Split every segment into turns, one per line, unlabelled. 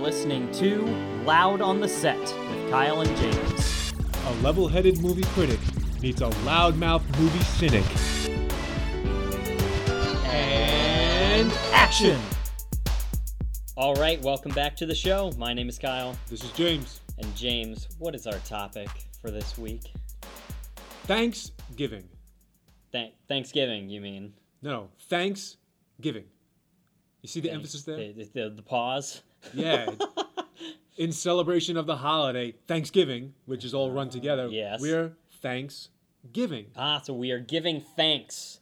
listening to Loud on the Set with Kyle and James.
A level headed movie critic meets a loudmouth movie cynic.
And action! All right, welcome back to the show. My name is Kyle.
This is James.
And James, what is our topic for this week?
Thanksgiving.
Thank- Thanksgiving, you mean?
No, Thanksgiving. You see the
Thank-
emphasis there?
The, the- the pause?
Yeah. In celebration of the holiday, Thanksgiving, which is all run together,
yes.
we're Thanksgiving.
Ah, so we are giving thanks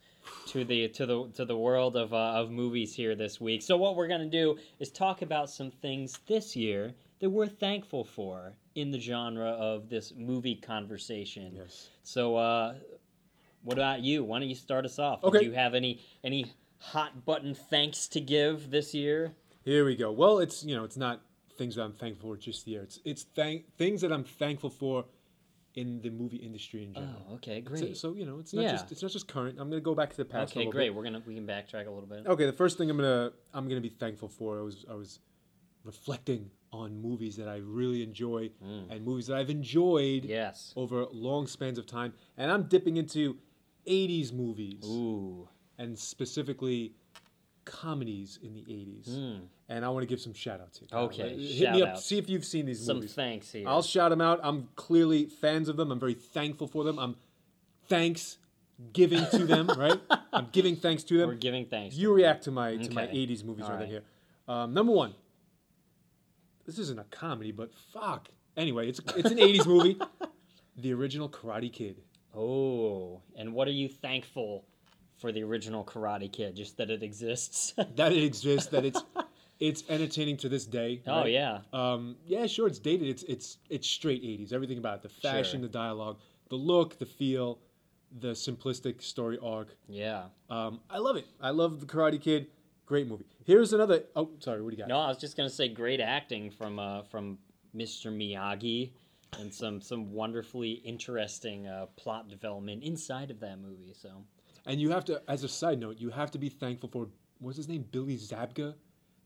to the to the to the world of uh, of movies here this week. So what we're gonna do is talk about some things this year that we're thankful for in the genre of this movie conversation.
Yes.
So uh, what about you? Why don't you start us off?
Okay.
Do you have any any hot button thanks to give this year?
Here we go. Well, it's you know, it's not things that I'm thankful for just here. It's it's thank things that I'm thankful for in the movie industry in general.
Oh, okay,
So,
great.
so you know, it's not
Yeah.
just it's not just current. I'm gonna go back to the past. a
okay,
little
great.
bit. Oh,
We're gonna we can backtrack a little bit.
Okay, the first thing I'm gonna I'm gonna be thankful for. I was I was reflecting on movies that I really enjoy
Mm.
and movies that I've enjoyed
Yes.
over long spans of time, and I'm dipping into 80s movies
Ooh.
and specifically comedies in the 80s. And I want to give some shout outs here. Kyle.
Hmm. Okay,
Let- hit me up.
shout-outs.
See if you've seen these
Some
movies.
thanks here.
I'll shout them out. I'm clearly fans of them. I'm very thankful for them. I'm thanks giving to them, right? I'm giving thanks to them.
We're giving thanks.
you react to my to my
Okay.
'80s movies
All
over
right.
here. Um, number one. This isn't a comedy, but fuck. Anyway, it's it's an '80s movie. The original Karate Kid.
Oh, and what are you thankful for the original Karate Kid? Just that it exists.
That it exists. That it's it's entertaining to this day.
Oh
right?
yeah,
Um, yeah, sure. It's dated. It's it's it's straight '80s. Everything about it: the
Sure.
fashion, the dialogue, the look, the feel, the simplistic story arc.
yeah.
Um, I love it. I love the Karate Kid. Great movie. Here's another. Oh, sorry. What do you got?
No, I was just gonna say great acting from uh, from Mr. Miyagi, and some some wonderfully interesting uh, plot development inside of that movie. So
And you have to, as a side note, you have to be thankful for what's his name, Billy Zabka,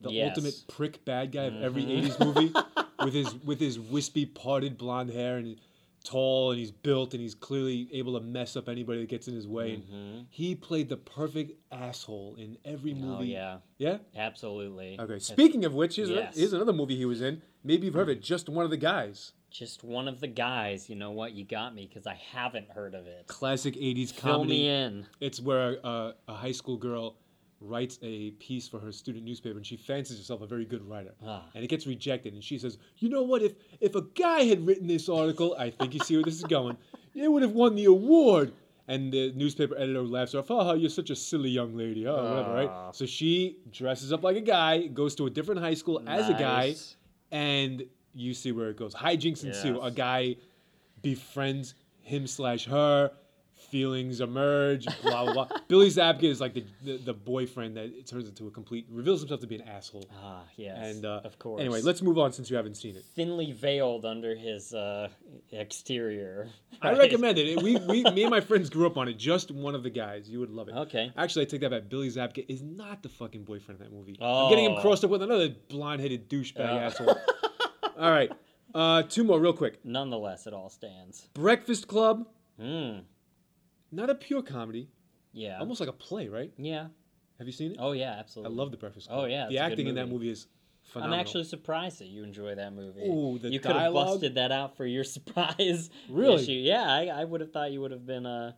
the
Yes. Mm-hmm.
ultimate prick bad guy of every '80s movie, with his with his wispy parted blonde hair and tall and he's built and he's clearly able to mess up anybody that gets in his way.
Mm-hmm.
And he played the perfect asshole in every movie.
oh yeah,
Yeah.
absolutely.
Okay.
That's
Speaking of which, here's, ano-
Yes. Mm.
here's another movie he was in. Maybe you've heard of it. Just one of the guys.
just one of the guys. You know what? You got me because I haven't heard of it.
Classic '80s
Fill
comedy.
me in.
It's where a, a high school girl writes a piece for her student newspaper and she fancies herself a very good writer.
Ah.
And it gets rejected and she says, You know what? If, if a guy had written this article, I think you see where this is going, it would have won the award. And the newspaper editor laughs her off, oh, you're such a silly young lady, oh, whatever,
Ah.
right? So she dresses up like a guy, goes to a different high school as a guy,
Nice.
and you see where it goes. Hijinks ensue. A
Yes.
guy befriends him slash her. Feelings emerge. Blah blah. blah. Billy Zabka is like the, the the boyfriend that it turns into a complete reveals himself to be an asshole.
Ah yes,
And uh,
of course.
Anyway, let's move on since you haven't seen it.
thinly veiled under his uh, exterior.
I
right?
recommend it. We, we me and my friends grew up on it. Just one of the guys. You would love it.
Okay.
Actually, I take that back. Billy Zabka is not the fucking boyfriend of that movie. I'm getting him
Oh.
crossed up with another blonde-headed douchebag
Yeah.
asshole. All right. Uh, two more real quick.
Nonetheless, it all stands.
Breakfast Club.
Hmm.
not a pure comedy,
Yeah.
almost like a play, right?
Yeah.
Have you seen it?
Oh yeah,
I
absolutely.
love The Breakfast
Oh,
Club.
yeah, it's
the
a good
acting in that
movie.
movie is
I'm
phenomenal.
actually surprised that you enjoy that movie.
Ooh, the
you could have
dialogue.
busted that out for your surprise
Really?
issue. Yeah, I, I would have thought you would have been uh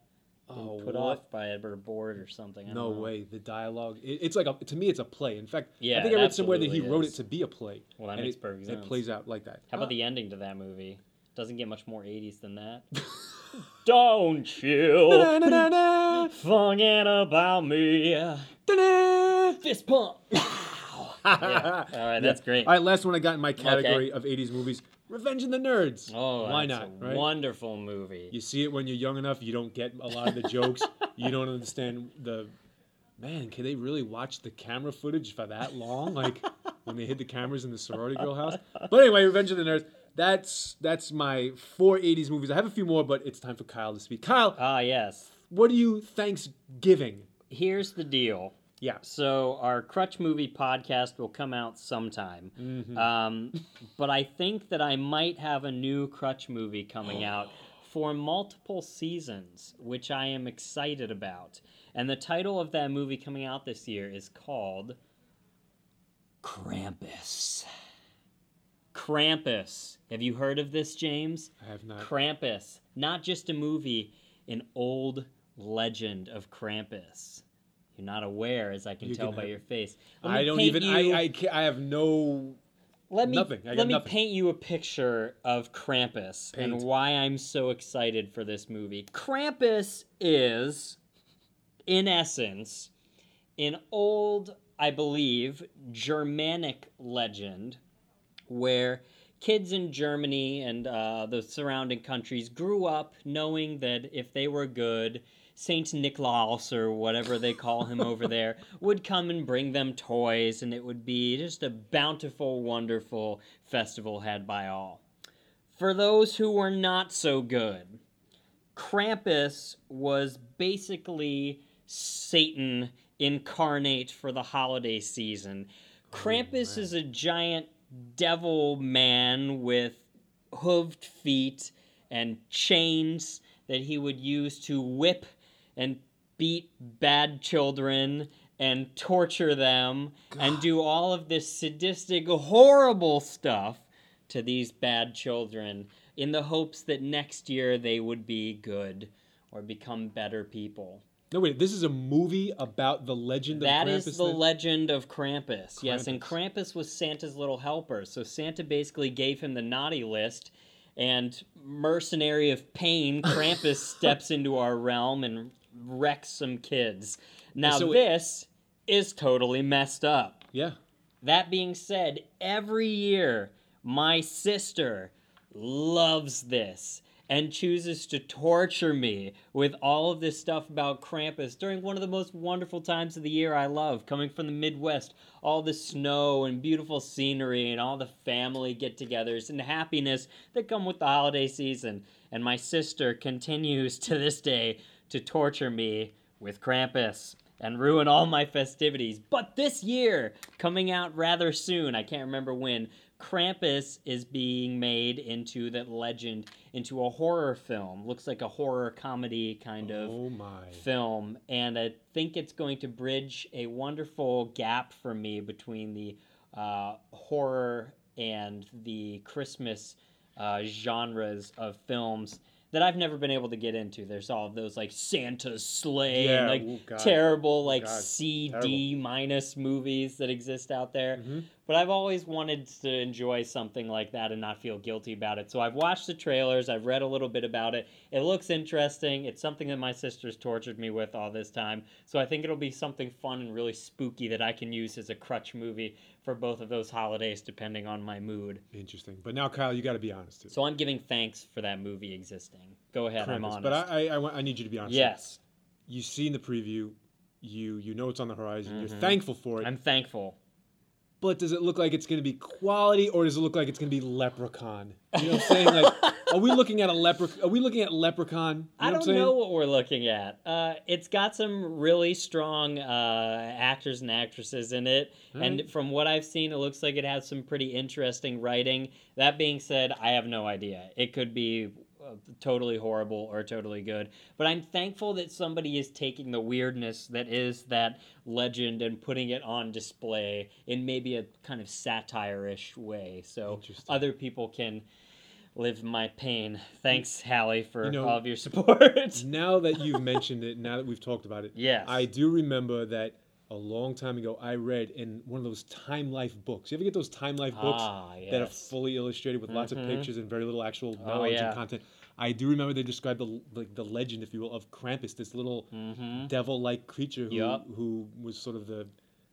been
Oh,
put
what?
off by it or bored or something. I don't
No
know.
way. The dialogue, it, it's like a, to me, it's a play. In fact,
Yeah,
I think
it
I read somewhere that he
absolutely
wrote
is.
it to be a play.
Well, that
and
makes
it,
perfect
It
sense.
plays out like that.
How
Ah.
about the ending to that movie? Doesn't get much more 80s than that. Don't you
Na-na-na-na,
forget about me.
da-na.
Fist pump. Pow. yeah. All right, that's great.
All right, last one I got in my category of '80s movies: Revenge of the Nerds.
Oh,
why
that's
not?
A
Right?
Wonderful movie.
You see it when you're young enough. You don't get a lot of the jokes. you don't understand the. Man, can they really watch the camera footage for that long? Like when they hid the cameras in the sorority girl house. But anyway, Revenge of the Nerds. That's that's my four '80s movies. I have a few more, but it's time for Kyle to speak. Kyle,
Ah, yes.
what are you Thanksgiving?
Here's the deal.
Yeah.
So our crutch movie podcast will come out sometime.
Mhm.
Um, but I think that I might have a new crutch movie coming out for multiple seasons, which I am excited about. And the title of that movie coming out this year is called Krampus. Krampus. Have you heard of this, James?
I have not.
Krampus, not just a movie, an old legend of Krampus. You're not aware, as I can
You
tell
can
by
have-
your face. Let me
I don't
paint
even.
you-
I, I. ca- I have no.
let me
nothing. I got
let me
nothing.
paint you a picture of Krampus and
Paint.
why I'm so excited for this movie. Krampus is, in essence, an old, I believe, Germanic legend where kids in Germany and uh, the surrounding countries grew up knowing that if they were good, Saint Niklaus or whatever they call him over there would come and bring them toys, and it would be just a bountiful, wonderful festival had by all. For those who were not so good, Krampus was basically Satan incarnate for the holiday season. Krampus is a giant devil man with hooved feet and chains that he would use to whip and beat bad children and torture them and do all of this sadistic, horrible stuff to these bad children in the hopes that next year they would be good or become better people.
No wait. This is a movie about the legend
That
of Krampus.
is the
then?
legend of Krampus. Yes, and
Krampus.
Krampus was Santa's little helper. So Santa basically gave him the naughty list, and mercenary of pain, Krampus steps into our realm and wrecks some kids. Now,
So it-
this is totally messed up.
yeah.
That being said, every year my sister loves this and chooses to torture me with all of this stuff about Krampus during one of the most wonderful times of the year I love, coming from the Midwest, all the snow and beautiful scenery and all the family get-togethers and happiness that come with the holiday season. And my sister continues to this day to torture me with Krampus and ruin all my festivities. But this year, coming out rather soon, I can't remember when, Krampus is being made into that legend, into a horror film. Looks like a horror comedy kind of
Oh my.
film, and I think it's going to bridge a wonderful gap for me between the uh, horror and the Christmas uh, genres of films that I've never been able to get into. There's all of those like Santa's sleigh and
Yeah,
like
oh, God.
terrible like
God,
C D
terrible.
minus movies that exist out there.
Mhm.
But I've always wanted to enjoy something like that and not feel guilty about it. So I've watched the trailers, I've read a little bit about it. It looks interesting. It's something that my sister's tortured me with all this time. So I think it'll be something fun and really spooky that I can use as a crutch movie for both of those holidays, depending on my mood.
Interesting. But now, Kyle, you got to be honest.
So I'm giving thanks for that movie existing. Go ahead, I'm
Krampus.
honest.
But I, I, I, want- I need you to be honest.
yes,
You've seen the preview. You you know it's on the horizon.
Mhm.
You're thankful for it.
I'm thankful.
But does it look like it's going to be quality, or does it look like it's going to be Leprechaun? You know what I'm saying? Like, are we looking at a leprechaun? Are we looking at Leprechaun? You know
I
what I'm
don't
saying?
know what we're looking at. Uh, it's got some really strong uh, actors and actresses in it,
All
and
right.
from what I've seen, it looks like it has some pretty interesting writing. That being said, I have no idea. It could be uh, totally horrible or totally good, but I'm thankful that somebody is taking the weirdness that is that legend and putting it on display in maybe a kind of satire-ish way, so
Interesting.
other people can. Live my pain. Thanks, Hallie, for
You know,
all of your support.
Now that you've mentioned it, now that we've talked about it,
Yes.
I do remember that a long time ago I read in one of those Time Life books. You ever get those Time Life books
Ah,
that are
yes.
fully illustrated with lots of
Mhm.
pictures and very little actual knowledge
yeah.
and content? I do remember they described the like the legend, if you will, of Krampus, this little
Mm-hmm.
devil-like creature who
Yup.
who was sort of the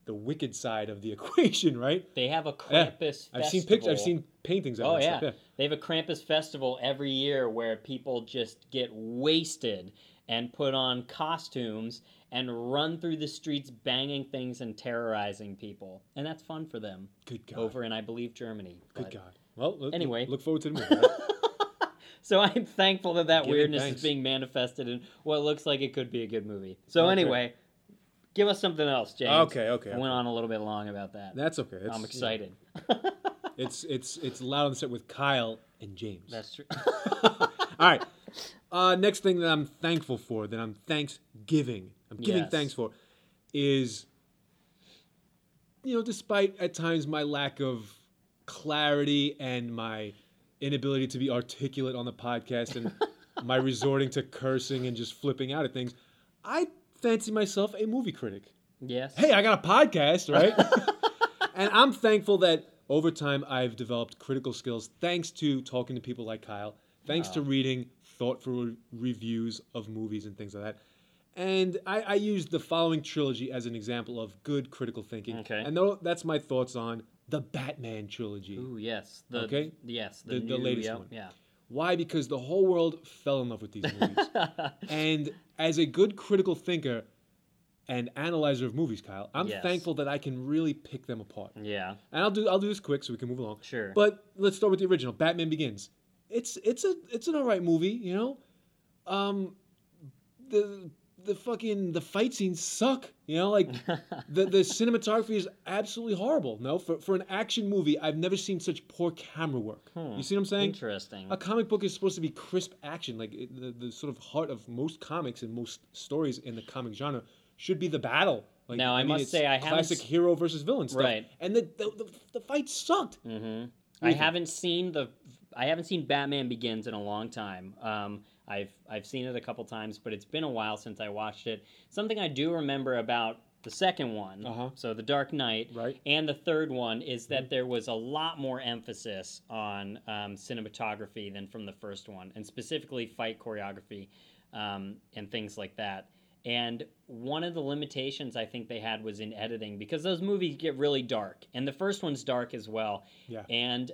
the wicked side of the equation, right?
They have a
Yeah.
Krampus festival.
I've seen pictures. I've seen paintings of
Oh
it.
yeah.
and stuff,
they have a Krampus festival every year where people just get wasted and put on costumes and run through the streets banging things and terrorizing people, and that's fun for them.
Good God.
Over in I believe Germany.
Good
But-
God. Well, look,
Anyway.
anyway, look forward to the movie. right?
So I'm thankful that that
Giving
weirdness is
thanks.
being manifested in what looks like it could be a good movie. So
Okay.
anyway, Give us something else, James.
Okay, okay,
I went on a little bit long about that.
That's okay. It's,
I'm excited.
It's it's it's loud and set with Kyle and James.
That's true.
All right. Uh, next thing that I'm thankful for, that I'm thanksgiving, I'm giving
Yes.
thanks for, is, you know, despite at times my lack of clarity and my inability to be articulate on the podcast and my resorting to cursing and just flipping out at things, I fancy myself a movie critic.
yes.
Hey, I got a podcast, right? and I'm thankful that over time I've developed critical skills thanks to talking to people like Kyle, thanks to reading thoughtful re- reviews of movies and things like that. And I, I used the following trilogy as an example of good critical thinking.
Okay.
And tho- that's my thoughts on the Batman trilogy.
Ooh, yes. The,
Okay.
Yes.
The- the
new-
latest
yep,
one.
Yeah.
Why? Because the whole world fell in love with these movies. and as a good critical thinker and analyzer of movies, Kyle, I'm
Yes.
thankful that I can really pick them apart.
Yeah.
And I'll do I'll do this quick so we can move along.
Sure.
But let's start with the original Batman Begins. It's it's a it's an alright movie, you know. Um, the the fucking the fight scenes suck, you know. Like the the cinematography is absolutely horrible. No, for for an action movie, I've never seen such poor camera work. You see what I'm saying?
Interesting.
A comic book is supposed to be crisp action, like it- the, the sort of heart of most comics and most stories in the comic genre should be the battle. Like,
Now, I must
it's
say I haven't
classic
s-
hero versus villain stuff.
Right.
And the the, the, the fight sucked.
hmm I
Reason.
haven't seen the I haven't seen Batman Begins in a long time. Um, I've I've seen it a couple times, but it's been a while since I watched it. Something I do remember about the second one,
Uh-huh.
so the Dark Knight,
Right. Mm-hmm.
and the third one is that there was a lot more emphasis on um, cinematography than from the first one, and specifically fight choreography um, and things like that. And one of the limitations I think they had was in editing because those movies get really dark, and the first one's dark as well.
Yeah.
And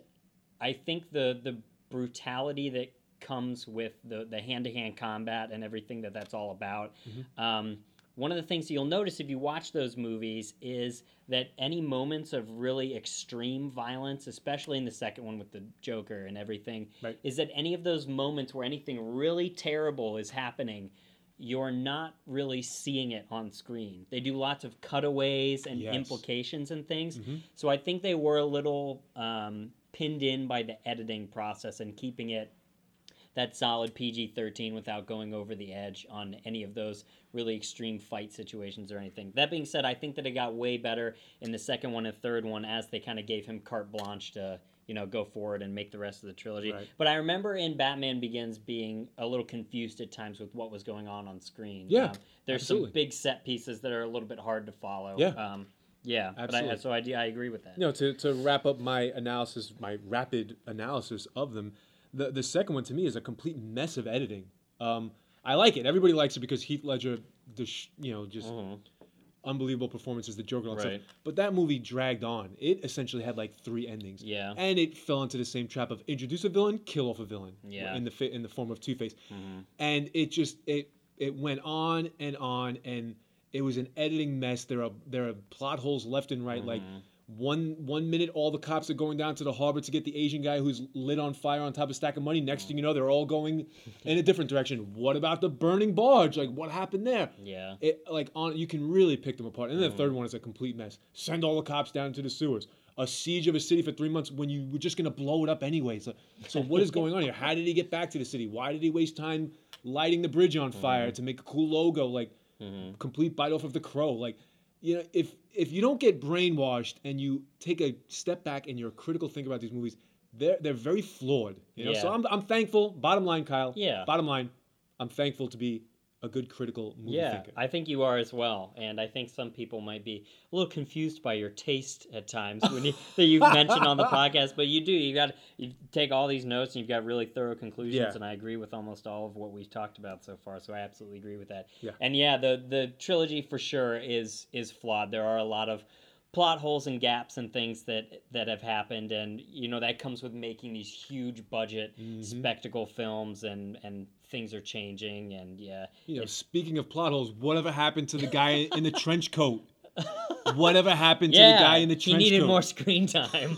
I think the the brutality that comes with the the hand to hand combat and everything that that's all about. Um, one of the things that you'll notice if you watch those movies is that any moments of really extreme violence, especially in the second one with the Joker and everything,
Right.
is that any of those moments where anything really terrible is happening, you're not really seeing it on screen. They do lots of cutaways and
Yes.
implications and things.
Mhm.
So I think they were a little um, pinned in by the editing process and keeping it that solid PG 13 without going over the edge on any of those really extreme fight situations or anything. That being said, I think that it got way better in the second one and third one as they kind of gave him carte blanche to. You know, go forward and make the rest of the trilogy.
Right.
But I remember in Batman Begins being a little confused at times with what was going on on screen. Um,
Yeah,
there's some
absolutely.
big set pieces that are a little bit hard to follow.
Yeah.
um, yeah. But I,
Absolutely.
so I, I agree with that.
You know, to, to wrap up my analysis, my rapid analysis of them, the, the second one to me is a complete mess of editing. Um, I like it. Everybody likes it because Heath Ledger, dis- you know, just unbelievable performances, the Joker, and
Mm-hmm. Right.
stuff. But that movie dragged on. It essentially had like three endings.
Yeah.
And it fell into the same trap of introduce a villain, kill off a villain.
Yeah. Mm-hmm.
In the fi- in the form of Two Face, and it just it it went on and on and it was an editing mess. There are there are plot holes left and right. Like
Mm-hmm.
one one minute, all the cops are going down to the harbor to get the Asian guy who's lit on fire on top of a stack of money. Next thing you know, they're all going in a different direction. What about the burning barge? Like what happened there?
Yeah. Mm-hmm.
it like on you can really pick them apart. And then the third one is a complete mess. Send all the cops down to the sewers. A siege of a city for three months when you were just gonna blow it up anyway. So, so what is going on here? How did he get back to the city? Why did he waste time lighting the bridge on fire
Mm-hmm.
to make a cool logo? Like complete bite off of the crow. Like you know, if if you don't get brainwashed and you take a step back and you're a critical thinker about these movies, they're they're very flawed. You know, so
Yeah.
I'm I'm thankful. Bottom line, Kyle.
Yeah.
Bottom line, I'm thankful to be a good critical movie
yeah,
thinker.
I think you are as well, and I think some people might be a little confused by your taste at times when you, that you've mentioned on the podcast. But you do you got you take all these notes and you've got really thorough conclusions,
Yeah.
and I agree with almost all of what we've talked about so far. So I absolutely agree with that.
Yeah.
And yeah, the the trilogy for sure is is flawed. There are a lot of plot holes and gaps and things that that have happened and you know that comes with making these huge budget spectacle films and and things are changing and yeah
You know, speaking of plot holes, whatever happened to the guy in the trench coat? Whatever happened to the guy in the
he
trench
needed
coat?
more screen time.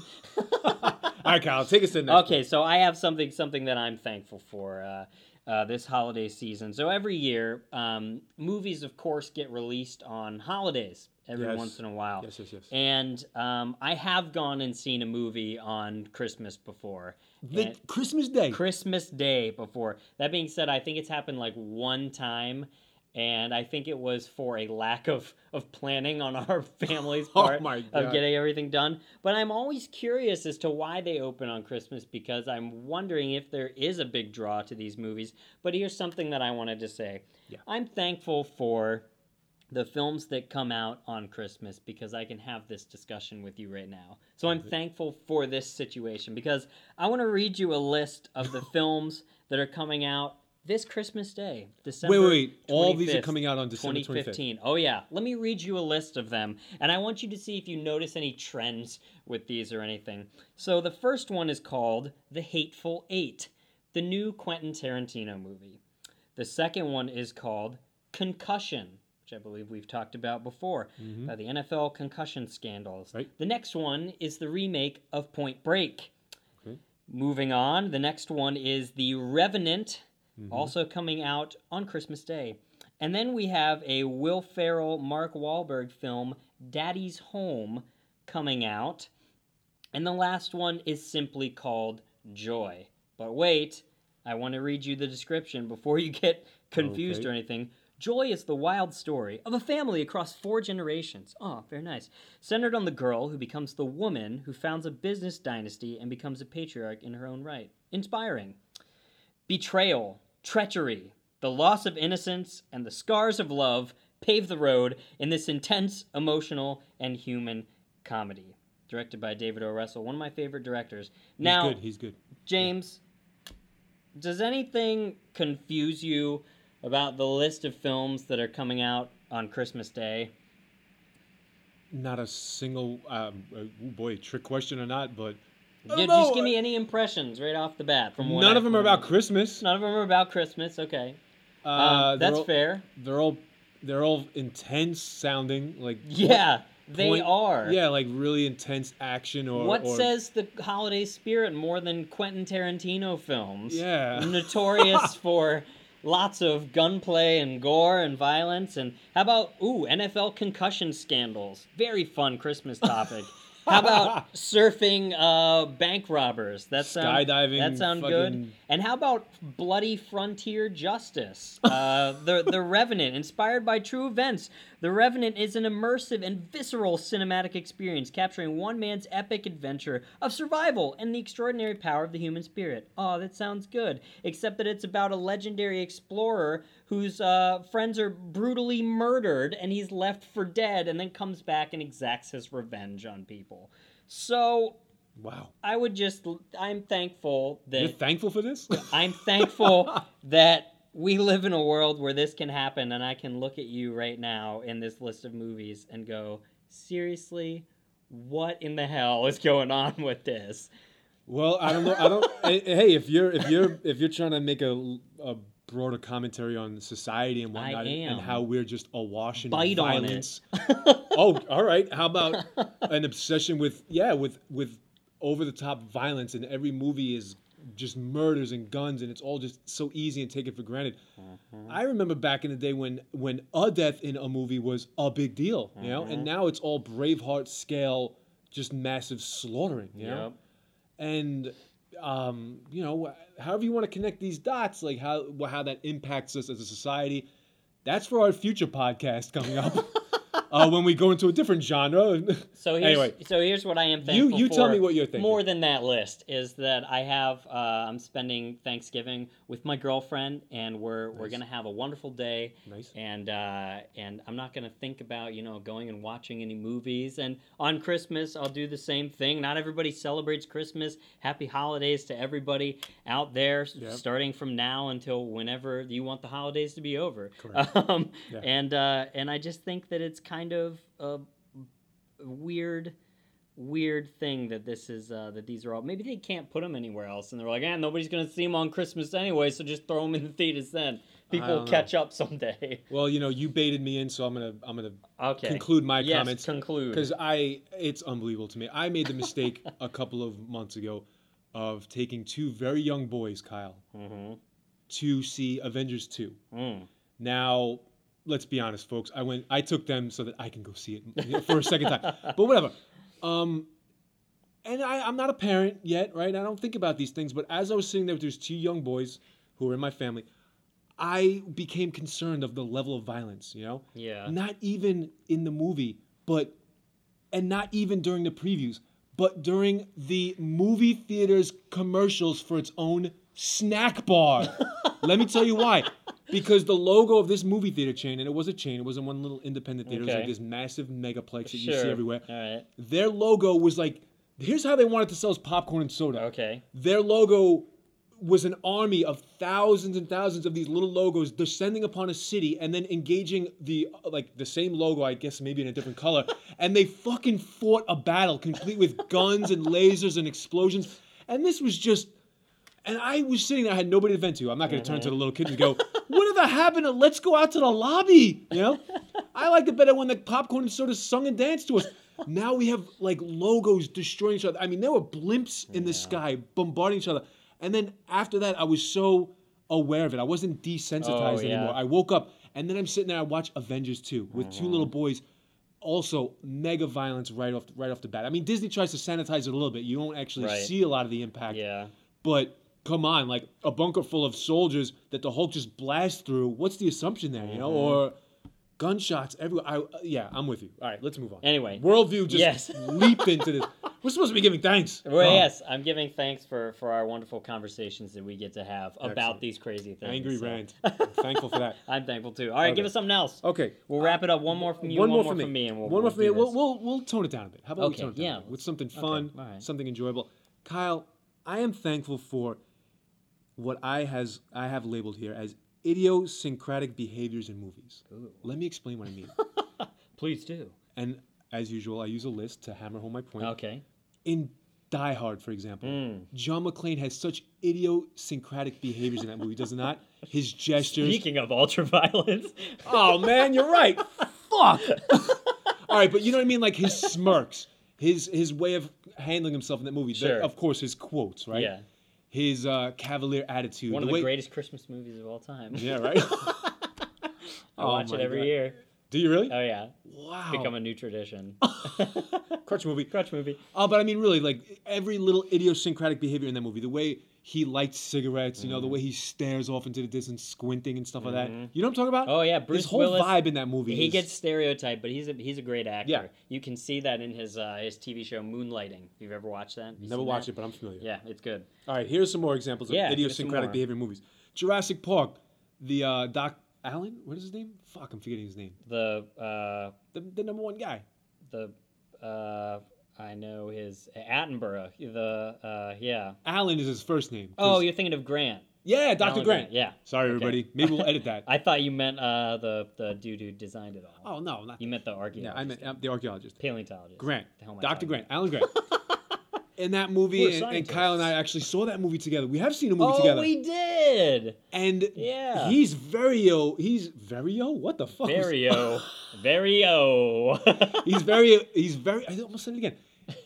All right, Kyle, take us to the next.
okay, so I have something something that I'm thankful for. Uh, uh, this holiday season. So every year, um, movies, of course, get released on holidays every
Yes.
once in a while.
Yes, yes, yes.
And um, I have gone and seen a movie on Christmas before.
the
And-
Christmas Day.
Christmas Day before. That being said, I think it's happened like one time, and I think it was for a lack of of planning on our family's
Oh
part
my
of
God.
getting everything done. But I'm always curious as to why they open on Christmas because I'm wondering if there is a big draw to these movies. But here's something that I wanted to say.
Yeah.
I'm thankful for the films that come out on Christmas because I can have this discussion with you right now. So
Mm-hmm.
I'm thankful for this situation because I want to read you a list of the films that are coming out this Christmas Day, December.
wait, wait. All these are
25th,
coming out on December 25th.
2015. Oh yeah, let me read you a list of them, and I want you to see if you notice any trends with these or anything. So the first one is called The Hateful Eight, the new Quentin Tarantino movie. The second one is called Concussion, which I believe we've talked about before, uh, the NFL concussion scandals.
Mm-hmm. Right.
The next one is the remake of Point Break.
Okay.
Moving on, the next one is The Revenant, also coming out on Christmas Day. And then we have a Will Ferrell, Mark Wahlberg film, Daddy's Home, coming out. And the last one is simply called Joy. But wait, I want to read you the description before you get confused
Okay.
or anything. Joy is the wild story of a family across four generations. Oh, very nice. Centered on the girl who becomes the woman who founds a business dynasty and becomes a patriarch in her own right. Inspiring. Betrayal, treachery, the loss of innocence, and the scars of love pave the road in this intense, emotional, and human comedy. Directed by David O. Russell, one of my favorite directors. Now,
he's good. He's good.
James, does anything confuse you about the list of films that are coming out on Christmas Day?
Not a single. Um, uh, ooh, boy, trick question or not, but I
Yeah, just
don't know,
give me
I-
any impressions right off the bat from what
None
I-
of them are about Christmas.
None of them are about Christmas. Okay,
Uh,
Um,
they're
that's
all-
fair.
They're all they're all intense sounding. Like
Yeah, they
point-
are.
Yeah, like really intense action or
What
or-
says the holiday spirit more than Quentin Tarantino films?
Yeah.
Notorious for lots of gunplay and gore and violence. And how about, ooh, NFL concussion scandals? Very fun Christmas topic. how about surfing uh, bank robbers? That sound,
Skydiving,
That sound good.
fucking-
And how about bloody frontier justice? Uh, the The Revenant, inspired by true events, The Revenant is an immersive and visceral cinematic experience capturing one man's epic adventure of survival and the extraordinary power of the human spirit. Oh, that sounds good. Except that it's about a legendary explorer whose uh, friends are brutally murdered and he's left for dead, and then comes back and exacts his revenge on people. So.
Wow.
I would just, I'm thankful that
You're thankful for this?
I'm thankful that we live in a world where this can happen, and I can look at you right now in this list of movies and go, seriously, what in the hell is going on with this?
well, I don't know. I don't. eh, eh, hey, if you're if you're if you're trying to make a, a broader commentary on society and whatnot, and-
am.
and how we're just awash in
Bite on it.
violence. oh, all right. How about an obsession with yeah with with over the top violence and every movie is just murders and guns and it's all just so easy and taken for granted.
Mm-hmm.
I remember back in the day when when a death in a movie was a big deal, you know,
Mm-hmm.
and now it's all Braveheart scale, just massive slaughtering, you know, and um, you know, however you want to connect these dots, like how how that impacts us as a society. That's for our future podcast coming up. uh, when we go into a different genre.
So here's,
Anyway.
so here's what I am thankful
you tell
for
me what you're thinking.
More than that list is that I have uh, I'm spending Thanksgiving with my girlfriend, and we're we're
Nice.
gonna have a wonderful day.
Nice.
And uh, and I'm not gonna think about you know going and watching any movies. And on Christmas, I'll do the same thing. Not everybody celebrates Christmas. Happy holidays to everybody out there, s-
Yep.
starting from now until whenever you want the holidays to be over.
Correct.
Um,
Yeah.
And uh, and I just think that it's kind of a weird weird thing that this is uh, that these are all maybe they can't put them anywhere else and they're like ah nobody's gonna see them on christmas anyway so just throw them in the theaters then people will
don't know.
catch up someday
Well, you know, you baited me in, so I'm gonna I'm gonna
okay
conclude my
yes,
comments
conclude
because I it's unbelievable to me. I made the mistake a couple of months ago of taking two very young boys, Kyle,
Mhm.
to see Avengers 2.
Mm.
Now, let's be honest, folks. I went. I took them so that I can go see it for a second time. But whatever. Um, and I, I'm not a parent yet, right? I don't think about these things. But as I was sitting there with those two young boys who were in my family, I became concerned of the level of violence. You know,
Yeah.
not even in the movie, but and not even during the previews, but during the movie theater's commercials for its own snack bar. Let me tell you why. Because the logo of this movie theater chain, and it was a chain, it wasn't one little independent theater, it was
Okay.
like this massive megaplex that you
Sure.
see everywhere.
All right.
Their logo was like, here's how they wanted to sell us popcorn and soda.
Okay.
Their logo was an army of thousands and thousands of these little logos descending upon a city and then engaging the like the same logo, I guess maybe in a different color, and they fucking fought a battle complete with guns and lasers and explosions. And this was just and I was sitting there, I had nobody to vent to. I'm not gonna turn to the little kids and go, Whatever happened to let's go out to the lobby? You know? I liked it better when the popcorn and soda sung and danced to us. Now we have like logos destroying each other. I mean, there were blimps in the sky bombarding each other. And then after that, I was so aware of it. I wasn't desensitized
Oh, yeah.
anymore. I woke up and then I'm sitting there, I watch Avengers 2 with two
Mm-hmm.
little boys. Also, mega violence right off right off the bat. I mean, Disney tries to sanitize it a little bit. You don't actually
Right.
see a lot of the impact.
Yeah.
But come on, like a bunker full of soldiers that the Hulk just blasts through. What's the assumption there, you know?
Mm-hmm.
Or gunshots everywhere. I, yeah, I'm with you. All right, let's move on.
Anyway.
worldview just
Yes.
leaped into this. We're supposed to be giving thanks.
Well,
Oh,
yes, I'm giving thanks for for our wonderful conversations that we get to have about
Excellent.
these crazy things.
Angry
so
rant. I'm thankful for that.
I'm thankful too. All right, give
Okay.
us something else.
Okay.
We'll wrap it up. One more from you.
one more from me.
and we'll
one more
we'll
from me.
do
We'll,
this.
we'll we'll tone it down a bit. How about
Okay,
we tone it down?
yeah.
a bit? with something fun,
all right.
something enjoyable. Kyle, I am thankful for what I has I have labeled here as idiosyncratic behaviors in movies. Let me explain what I mean.
Please do.
and as usual, I use a list to hammer home my point.
Okay. Hmm.
In Die Hard, for example, John McClane has such idiosyncratic behaviors in that movie, does he not? His gestures,
Speaking of ultraviolence,
Oh man, you're right. Fuck. All right, but you know what I mean? Like his smirks, his his way of handling himself in that movie. The-
Sure.
of course, his quotes, right?
yeah,
His uh, cavalier attitude.
one of the
way-
greatest Christmas movies of all time.
Yeah, Oh right.
I watch it every year.
Do you really?
Oh yeah,
wow.
become a new tradition.
crutch movie.
Crutch movie.
Oh, but I mean, really, like every little idiosyncratic behavior in that movie, the way he lights cigarettes, you know, the
Mm.
way he stares off into the distance, squinting and stuff like that. You know what I'm talking about?
Oh, yeah, Bruce
His whole
Willis,
vibe in that movie.
He
is-
gets stereotyped, but he's a he's a great actor.
Yeah.
You can see that in his uh, his TV show Moonlighting. You've ever watched that? You
Never
seen
watched
that?
it, but I'm familiar.
Yeah, it's good.
All right, here's some more examples of
Yeah, give us some
idiosyncratic
more.
behavior in movies. Jurassic Park, the uh, Doc Allen, what is his name? Fuck, I'm forgetting his name.
The uh,
The, the number one guy.
the uh, I know his Attenborough. The uh, yeah.
Allen is his first name. 'cause-
Oh, you're thinking of Grant.
yeah, Dr.
Alan
Grant.
Yeah.
Sorry,
Okay.
everybody. Maybe we'll edit that.
I thought you meant uh, the the dude who designed it all.
oh, no, not
You meant the
yeah,
archaeologist.
I meant uh, the archaeologist.
paleontologist.
Grant.
The hell am I
Dr.
talking
Grant. Alan Grant. In that movie,
We're
and, and Kyle and I actually saw that movie together. We have seen a movie
Oh,
together.
we did.
and
Yeah.
he's very, oh, he's very, oh, what the fuck? was-
Vario. Vario.
He's very, he's very, I almost said it again.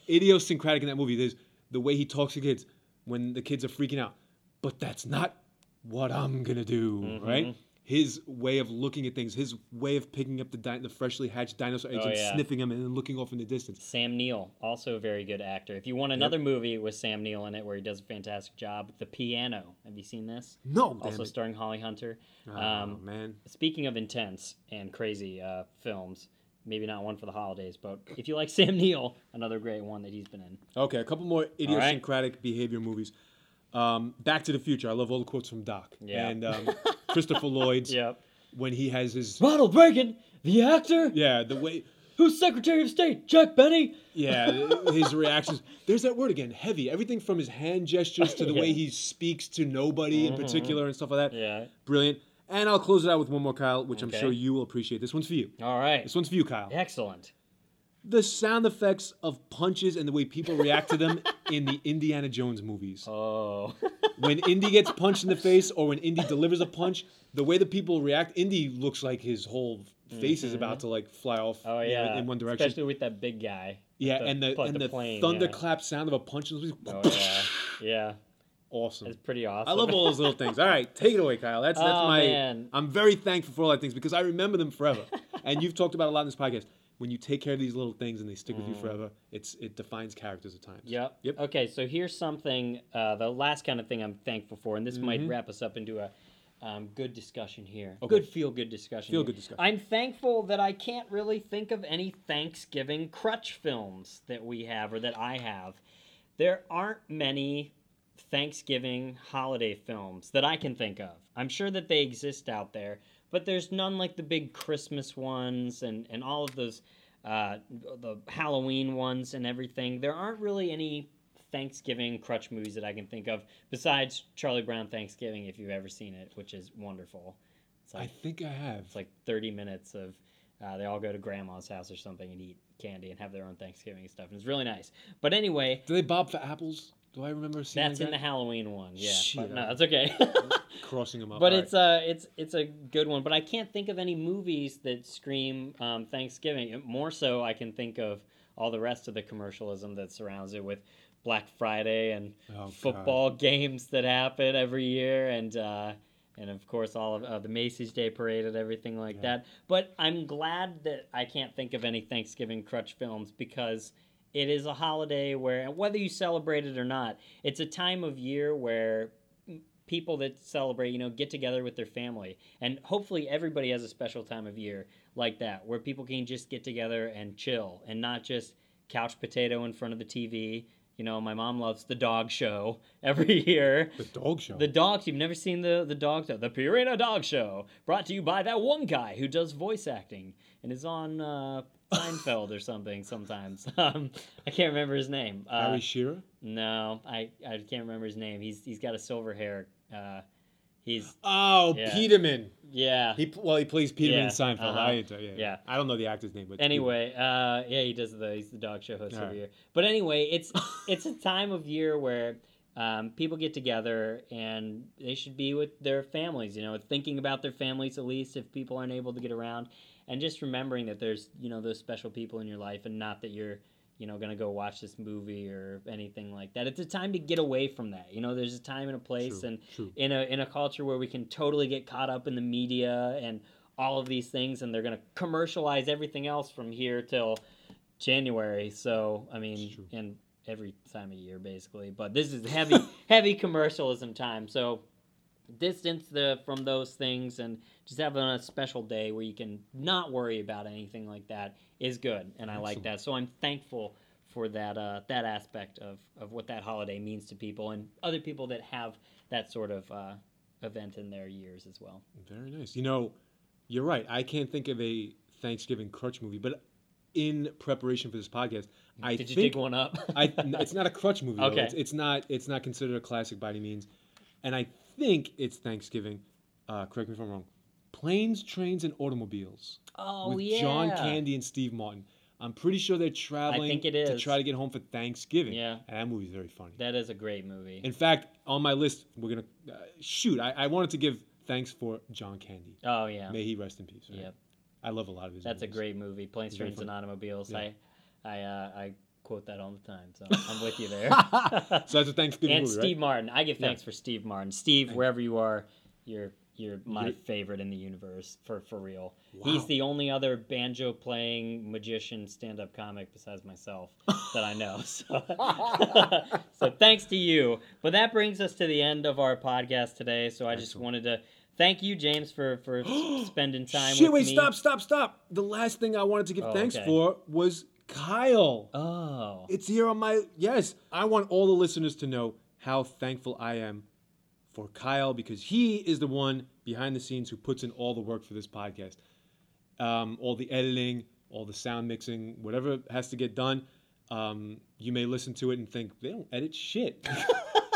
Idiosyncratic in that movie. There's the way he talks to kids when the kids are freaking out. But that's not what I'm going to do,
Mm-hmm.
right? His way of looking at things, his way of picking up the, di- the freshly hatched dinosaur eggs
Oh,
and
yeah.
sniffing them and then looking off in the distance.
Sam Neill, also a very good actor. If you want another movie with Sam Neill in it where he does a fantastic job, The Piano. Have you seen this?
No, damn
Also
it.
starring Holly Hunter.
Oh,
Um,
man.
Speaking of intense and crazy uh, films, maybe not one for the holidays, but if you like Sam Neill, another great one that he's been in.
Okay, a couple more idiosyncratic behavior movies. Um, Back to the Future. I love all the quotes from Doc
Yeah.
and um, Christopher Lloyd's
Yep.
when he has his
Ronald Reagan, the actor
yeah the way
who's Secretary of State, Jack Benny.
yeah his reactions. There's that word again, heavy. Everything from his hand gestures to the way
Yeah. Mm-hmm.
he speaks to nobody in particular and stuff like that.
Yeah.
brilliant. And I'll close it out with one more, Kyle, which
Okay.
I'm sure you will appreciate. This one's for you.
All right.
This one's for you, Kyle.
Excellent.
The sound effects of punches and the way people react to them in the Indiana Jones movies.
Oh.
when Indy gets punched in the face or when Indy delivers a punch, the way the people react, Indy looks like his whole face is about to like fly off
Mm-hmm. Oh
you know,
yeah.
in one direction.
Especially with that big guy.
yeah,
the-
and the
but
and
the
the,
plane, yeah.
thunderclap sound of a punch.
Oh yeah. Yeah.
awesome.
It's pretty awesome.
I love all those little things. All right, take it away, Kyle. That's that's
Oh,
my.
man.
I'm very thankful for all that things because I remember them forever. and you've talked about a lot in this podcast. When you take care of these little things and they stick with
Mm.
you forever, it's it defines characters at times.
Yep.
Yep.
Okay, so here's something, uh, the last kind of thing I'm thankful for, and this might wrap us up into a um, good discussion here.
Okay.
Good feel good discussion. here.
Feel-good discussion.
I'm thankful that I can't really think of any Thanksgiving crutch films that we have or that I have. There aren't many Thanksgiving holiday films that I can think of. I'm sure that they exist out there, but there's none like the big Christmas ones and, and all of those, uh, the Halloween ones and everything. There aren't really any Thanksgiving crutch movies that I can think of besides Charlie Brown Thanksgiving, if you've ever seen it, which is wonderful. It's
I
like,
think I have.
it's like 30 minutes of uh, they all go to grandma's house or something and eat candy and have their own Thanksgiving and stuff. And it's really nice. But anyway,
Do they bob for apples? Do I remember seeing
that's
that?
in the Halloween one. Yeah,
Shit.
but no, that's okay.
crossing them up?
but
All
it's uh, it's it's a good one. But I can't think of any movies that scream um, Thanksgiving. More so, I can think of all the rest of the commercialism that surrounds it with Black Friday and
Oh,
football games that happen every year and. Uh, and of course, all of uh, the Macy's Day Parade and everything like
Yeah.
that. But I'm glad that I can't think of any Thanksgiving crutch films because it is a holiday where, and whether you celebrate it or not, it's a time of year where people that celebrate, you know, get together with their family. And hopefully everybody has a special time of year like that where people can just get together and chill and not just couch potato in front of the TV. You know, my mom loves the dog show every year.
the dog show.
The dogs, you've never seen the, the dog show. The Purina Dog Show, brought to you by that one guy who does voice acting and is on uh, Seinfeld or something sometimes. Um, I can't remember his name. Uh,
Harry Shearer.
no, I, I can't remember his name. He's he's got a silver hair. Uh, he's
Oh,
yeah.
Peterman.
yeah.
He well, he plays Peterman in
Yeah,
Seinfeld.
uh-huh.
I, yeah, yeah.
Yeah.
I don't know the actor's name, but
Anyway, uh, yeah, he does the he's the dog show host
All
every
right.
year. But anyway, it's it's a time of year where um, people get together and they should be with their families. You know, thinking about their families at least if people aren't able to get around, and just remembering that there's you know those special people in your life, and not that you're you know gonna go watch this movie or anything like that. It's a time to get away from that. You know, there's a time and a place,
True,
and
true.
in a in a culture where we can totally get caught up in the media and all of these things and they're going to commercialize everything else from here till January. So, I
It's
mean,
true.
and every time of year basically, but this is heavy heavy commercialism time. So, distance the from those things and just having a special day where you can not worry about anything like that is good and I like
Excellent.
that. So, I'm thankful for that uh, that aspect of, of what that holiday means to people and other people that have that sort of uh, event in their years as well.
Very nice. You know, you're right. I can't think of a Thanksgiving crutch movie, but in preparation for this podcast, I
Did you
think
dig one up?
I it's not a crutch movie. though.
Okay.
It's, it's not it's not considered a classic by any means, and I think it's Thanksgiving. Uh, correct me if I'm wrong. Planes, trains, and automobiles
oh
with
yeah.
John Candy and Steve Martin. I'm pretty sure they're traveling
think it
to
is.
try to get home for Thanksgiving.
Yeah.
and that movie's very funny.
That is a great movie.
In fact, on my list, we're gonna uh, shoot. I, I wanted to give thanks for John Candy.
oh yeah.
May he rest in peace. right?
Yep.
I love a lot of his.
That's a
movies.
great movie. Planes,
It's very
Trains and Automobiles.
Yeah.
I I uh, I quote that all the time. So I'm with you there.
so that's a Thanksgiving
and
movie,
Steve
right?
Martin. I give
Yeah.
thanks for Steve Martin. Steve, wherever you are, you're you're my
You're-
favorite in the universe for for real.
Wow.
He's the only other banjo playing magician stand up comic besides myself that I know. So, so thanks to you. But that brings us to the end of our podcast today. So I just
Excellent.
wanted to thank you, James, for for spending time.
Shit!
with
Wait!
me.
Stop! Stop! Stop! The last thing I wanted to give
Oh,
thanks
okay.
for was Kyle.
Oh.
It's here on my yes. I want all the listeners to know how thankful I am for Kyle because he is the one behind the scenes who puts in all the work for this podcast, um, all the editing, all the sound mixing, whatever has to get done. Um, you may listen to it and think they don't edit shit.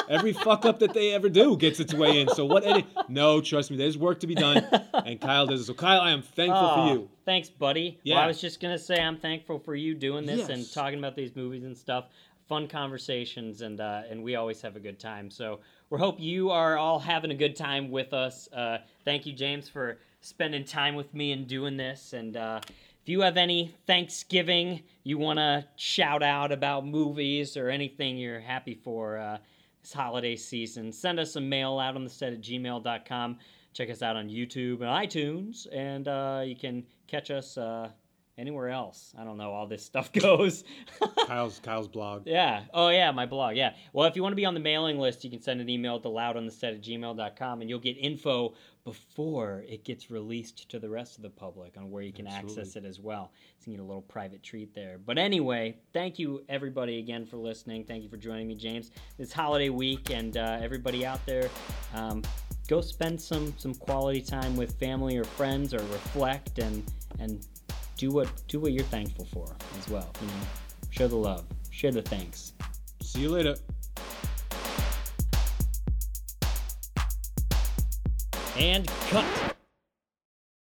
Every fuck up that they ever do gets its way in. So what edit? No, trust me, there's work to be done, and Kyle does it. So Kyle, I am thankful
Aw,
for you.
Ah, Thanks, buddy. Well,
Yeah.
I was just gonna say I'm thankful for you doing this and
Yes.
talking about these movies and stuff. Fun conversations, and uh, and we always have a good time. So we hope you are all having a good time with us. Uh, thank you, James, for spending time with me and doing this. And uh, if you have any Thanksgiving you want to shout out about movies or anything you're happy for. Uh, this holiday season. Send us a mail out on the set at gmail.com. Check us out on YouTube and iTunes, and uh, you can catch us uh, anywhere else. I don't know, all this stuff goes.
Kyle's Kyle's blog.
Yeah. Oh, yeah, my blog. Yeah. Well, if you want to be on the mailing list, you can send an email to loudontheset at gmail.com and you'll get info before it gets released to the rest of the public on where you can
Absolutely.
access it as well. So you get a little private treat there. But anyway, thank you everybody again for listening. Thank you for joining me, James, this holiday week. And uh, everybody out there, um, go spend some, some quality time with family or friends or reflect and, and do what, do what you're thankful for as well. You know, show the love, share the thanks.
See you later.
And cut.